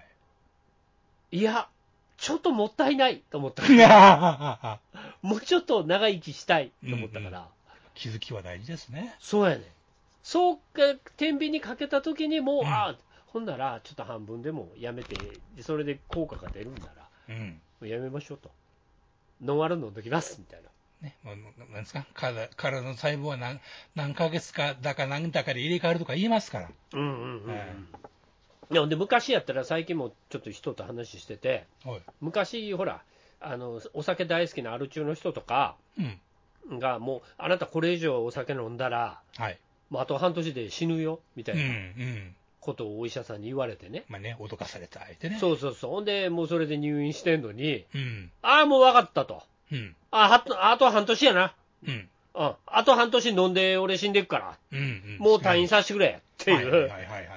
Speaker 3: い。
Speaker 2: いや、ちょっともったいないと思った、 もうちょっと長生きしたいと思ったから、
Speaker 3: うん気づきは大事ですね。
Speaker 2: そうやねんそうか、天秤にかけたときにもう、
Speaker 3: うん
Speaker 2: ああ、ほんなら、ちょっと半分でもやめて、それで効果が出るんなら、も
Speaker 3: うん。
Speaker 2: うやめましょうと、ノンアル飲んどきますみたいな。
Speaker 3: ね、もうななんですか体、体の細胞は何何ヶ月かだか何だかで入れ替わるとか言いますから。
Speaker 2: うんうんうんうん
Speaker 3: え
Speaker 2: いやで昔やったら、最近もちょっと人と話してて、
Speaker 3: はい。
Speaker 2: 昔、ほらあの、お酒大好きなアル中の人とか、
Speaker 3: うん。
Speaker 2: が、もう、あなたこれ以上お酒飲んだら、
Speaker 3: はい。
Speaker 2: もうあと半年で死ぬよみた
Speaker 3: う
Speaker 2: い
Speaker 3: ん、う。
Speaker 2: なんことをお医者さんに言われてね、
Speaker 3: まあね、脅かされた相手ね。う。
Speaker 2: そうそうそう、ほんで、もうそれで入院してんのに、
Speaker 3: ん、
Speaker 2: ああ、もう分かったと、
Speaker 3: うん、
Speaker 2: あはとあと半年やな、
Speaker 3: うん、
Speaker 2: うん、あと半年飲んで俺死んでくから、
Speaker 3: うん、うん。
Speaker 2: もう退院させてくれって
Speaker 3: はい
Speaker 2: いう、
Speaker 3: はいはいはいはい。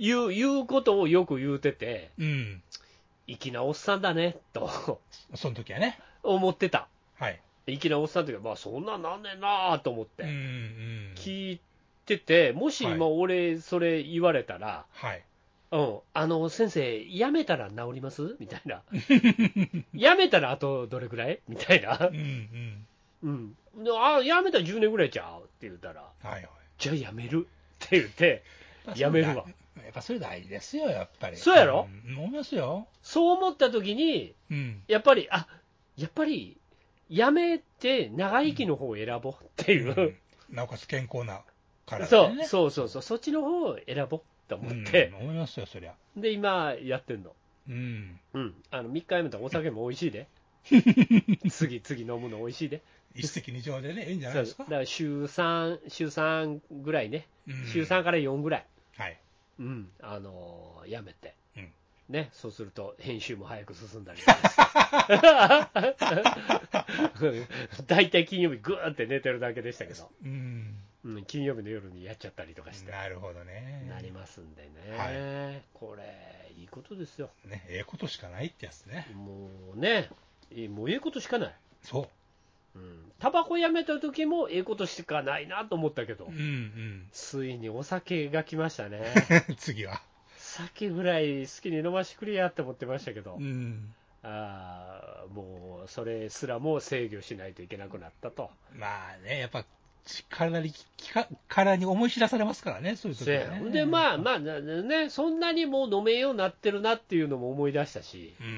Speaker 2: いういうことをよく言うてて、
Speaker 3: うん。
Speaker 2: 粋なおっさんだねと
Speaker 3: その時はね。
Speaker 2: 思ってた、
Speaker 3: はい。
Speaker 2: 粋なおっさんというか、まあ、そんなんなんねんなあと思っ
Speaker 3: うん、うん。
Speaker 2: て、聞いてて、もし今、俺、それ言われたら、
Speaker 3: はい。
Speaker 2: うん、あの先生、やめたら治りますみたい な、やめたらあとどれくらいみたいな
Speaker 3: うん、、うん。
Speaker 2: うん、であやめたら10年ぐらいちゃうって言ったら、
Speaker 3: はいはい。
Speaker 2: じゃあやめるって言って、やめるわ。
Speaker 3: やっぱそれ大事ですよ、やっぱり。
Speaker 2: そうやろ
Speaker 3: うん思いますよ。
Speaker 2: そう思った時に、
Speaker 3: うん。
Speaker 2: やっぱり、あやっぱり、やめて長生きの方を選ぼうっていう、
Speaker 3: なおかつ健康な体
Speaker 2: そ
Speaker 3: で
Speaker 2: う
Speaker 3: ね。
Speaker 2: そうそうそう、そっちの方を選ぼうと思って
Speaker 3: ん、思いますよ、そりゃ。
Speaker 2: で、今やってんの。
Speaker 3: うん。
Speaker 2: うん、あの3日やめたらお酒も美味しいで、次、次飲むの美味しいで。
Speaker 3: 一石二鳥でね、いいんじゃな
Speaker 2: そ
Speaker 3: いうで
Speaker 2: ですす
Speaker 3: か
Speaker 2: だ。から週3、週3ぐらいね、
Speaker 3: うん
Speaker 2: 週3から4ぐらい、
Speaker 3: はい。
Speaker 2: うんあのーやめて、
Speaker 3: うん
Speaker 2: ね、そうすると編集も早く進んだりとか して、大体金曜日、ぐーって寝てるだけでしたけど、
Speaker 3: うん。
Speaker 2: うん、金曜日の夜にやっちゃったりとかして、
Speaker 3: なるほどね。
Speaker 2: なりますんでね、これ、いいことですよ、
Speaker 3: ね、ええことしかないってやつね。
Speaker 2: もうね、いいもうええことしかない。
Speaker 3: そ
Speaker 2: うんタバコやめた時もええことしかないなと思ったけど、
Speaker 3: う。うん
Speaker 2: ついにお酒が来ましたね。
Speaker 3: うん。 次は。
Speaker 2: 酒ぐらい好きに飲ましてくれやって思ってましたけど、
Speaker 3: うん。
Speaker 2: あーもうそれすらも制御しないといけなくなったと、
Speaker 3: まあね、やっぱ、体に、きか体に思い知らされますからね、そういう時
Speaker 2: せや
Speaker 3: はね。
Speaker 2: でまあまあなね、そんなにもう飲めんようになってるなっていうのも思い出したし、
Speaker 3: うん。う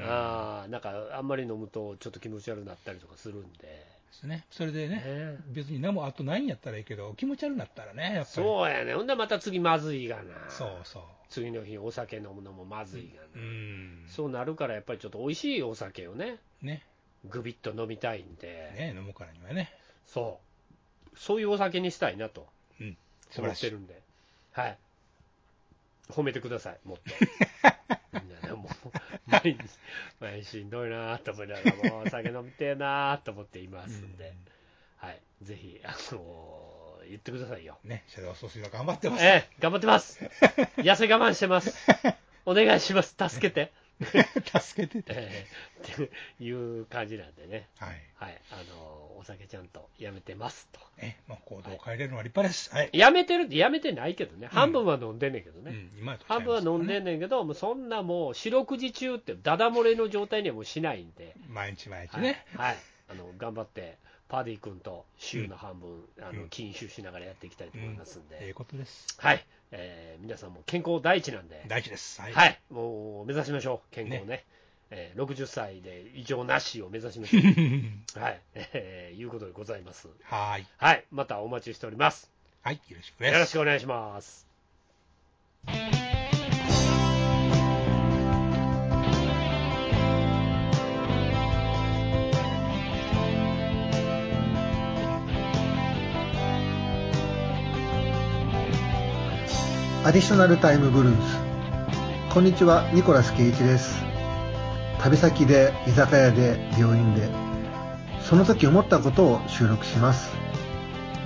Speaker 3: ん
Speaker 2: あーなんかあんまり飲むとちょっと気持ち悪くなったりとかするんで、
Speaker 3: ですね。それでね、
Speaker 2: ね
Speaker 3: 別に何もあとないんやったらいいけど、気持ち悪くなったらね、やっぱり。
Speaker 2: そうやね、ほんでまた次まずいがな、
Speaker 3: そうそう。
Speaker 2: 次の日お酒飲むのもまずいが
Speaker 3: う
Speaker 2: な、
Speaker 3: ん。
Speaker 2: そうなるからやっぱりちょっと美味しいお酒をね、
Speaker 3: ね。
Speaker 2: ぐびっと飲みたいんで。
Speaker 3: ね、飲むからにはね。
Speaker 2: そう、そういうお酒にしたいなと
Speaker 3: うん。素晴
Speaker 2: 思
Speaker 3: ら
Speaker 2: っ
Speaker 3: してい
Speaker 2: る。んで、はい、褒めてください、もっと。みんなねもう毎日、毎日しんどいなと思いながら、もうお酒飲みてえなと思っていますんで、はい、ぜひ、あのー言ってくださいよ。
Speaker 3: ね、シャドウ総帥が頑張ってます。
Speaker 2: ええ、頑張ってます。痩せ我慢してます。お願いします。助けて。
Speaker 3: 助けてて。
Speaker 2: ええっていう感じなんでね。
Speaker 3: はい。
Speaker 2: はい。あのーお酒ちゃんとやめてますと。
Speaker 3: ね、もう行動を変えれるのは立派です。はい。
Speaker 2: やめてるってやめてないけどね、半分は飲んでんねんけどね、
Speaker 3: うん、今と
Speaker 2: 半分は飲んで
Speaker 3: ね。
Speaker 2: んねんけど、もうそんなもう四六時中って、ダダ漏れの状態にはもうしないんで、
Speaker 3: 毎日毎日
Speaker 2: はい
Speaker 3: ね。
Speaker 2: はい、あの頑張って、パディ君と週の半分、あ
Speaker 3: うん
Speaker 2: の禁酒しながらやっていきたいと思いますんで、
Speaker 3: ええことです。
Speaker 2: はいえー皆さんも健康第一なんで、
Speaker 3: 大事です。は
Speaker 2: はい、もう目指しましょう、健康をね。えー60歳で異常なしを目指しましょう。はい、えーいうことでございます。
Speaker 3: はーい。
Speaker 2: はい、またお待ちしております。
Speaker 3: はい、よろしくです。
Speaker 2: よろしくお願いします。
Speaker 4: アディショナルタイムブルースこんにちはニコラス圭一です旅先で居酒屋で病院でその時思ったことを収録します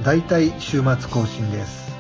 Speaker 4: だいたい週末更新です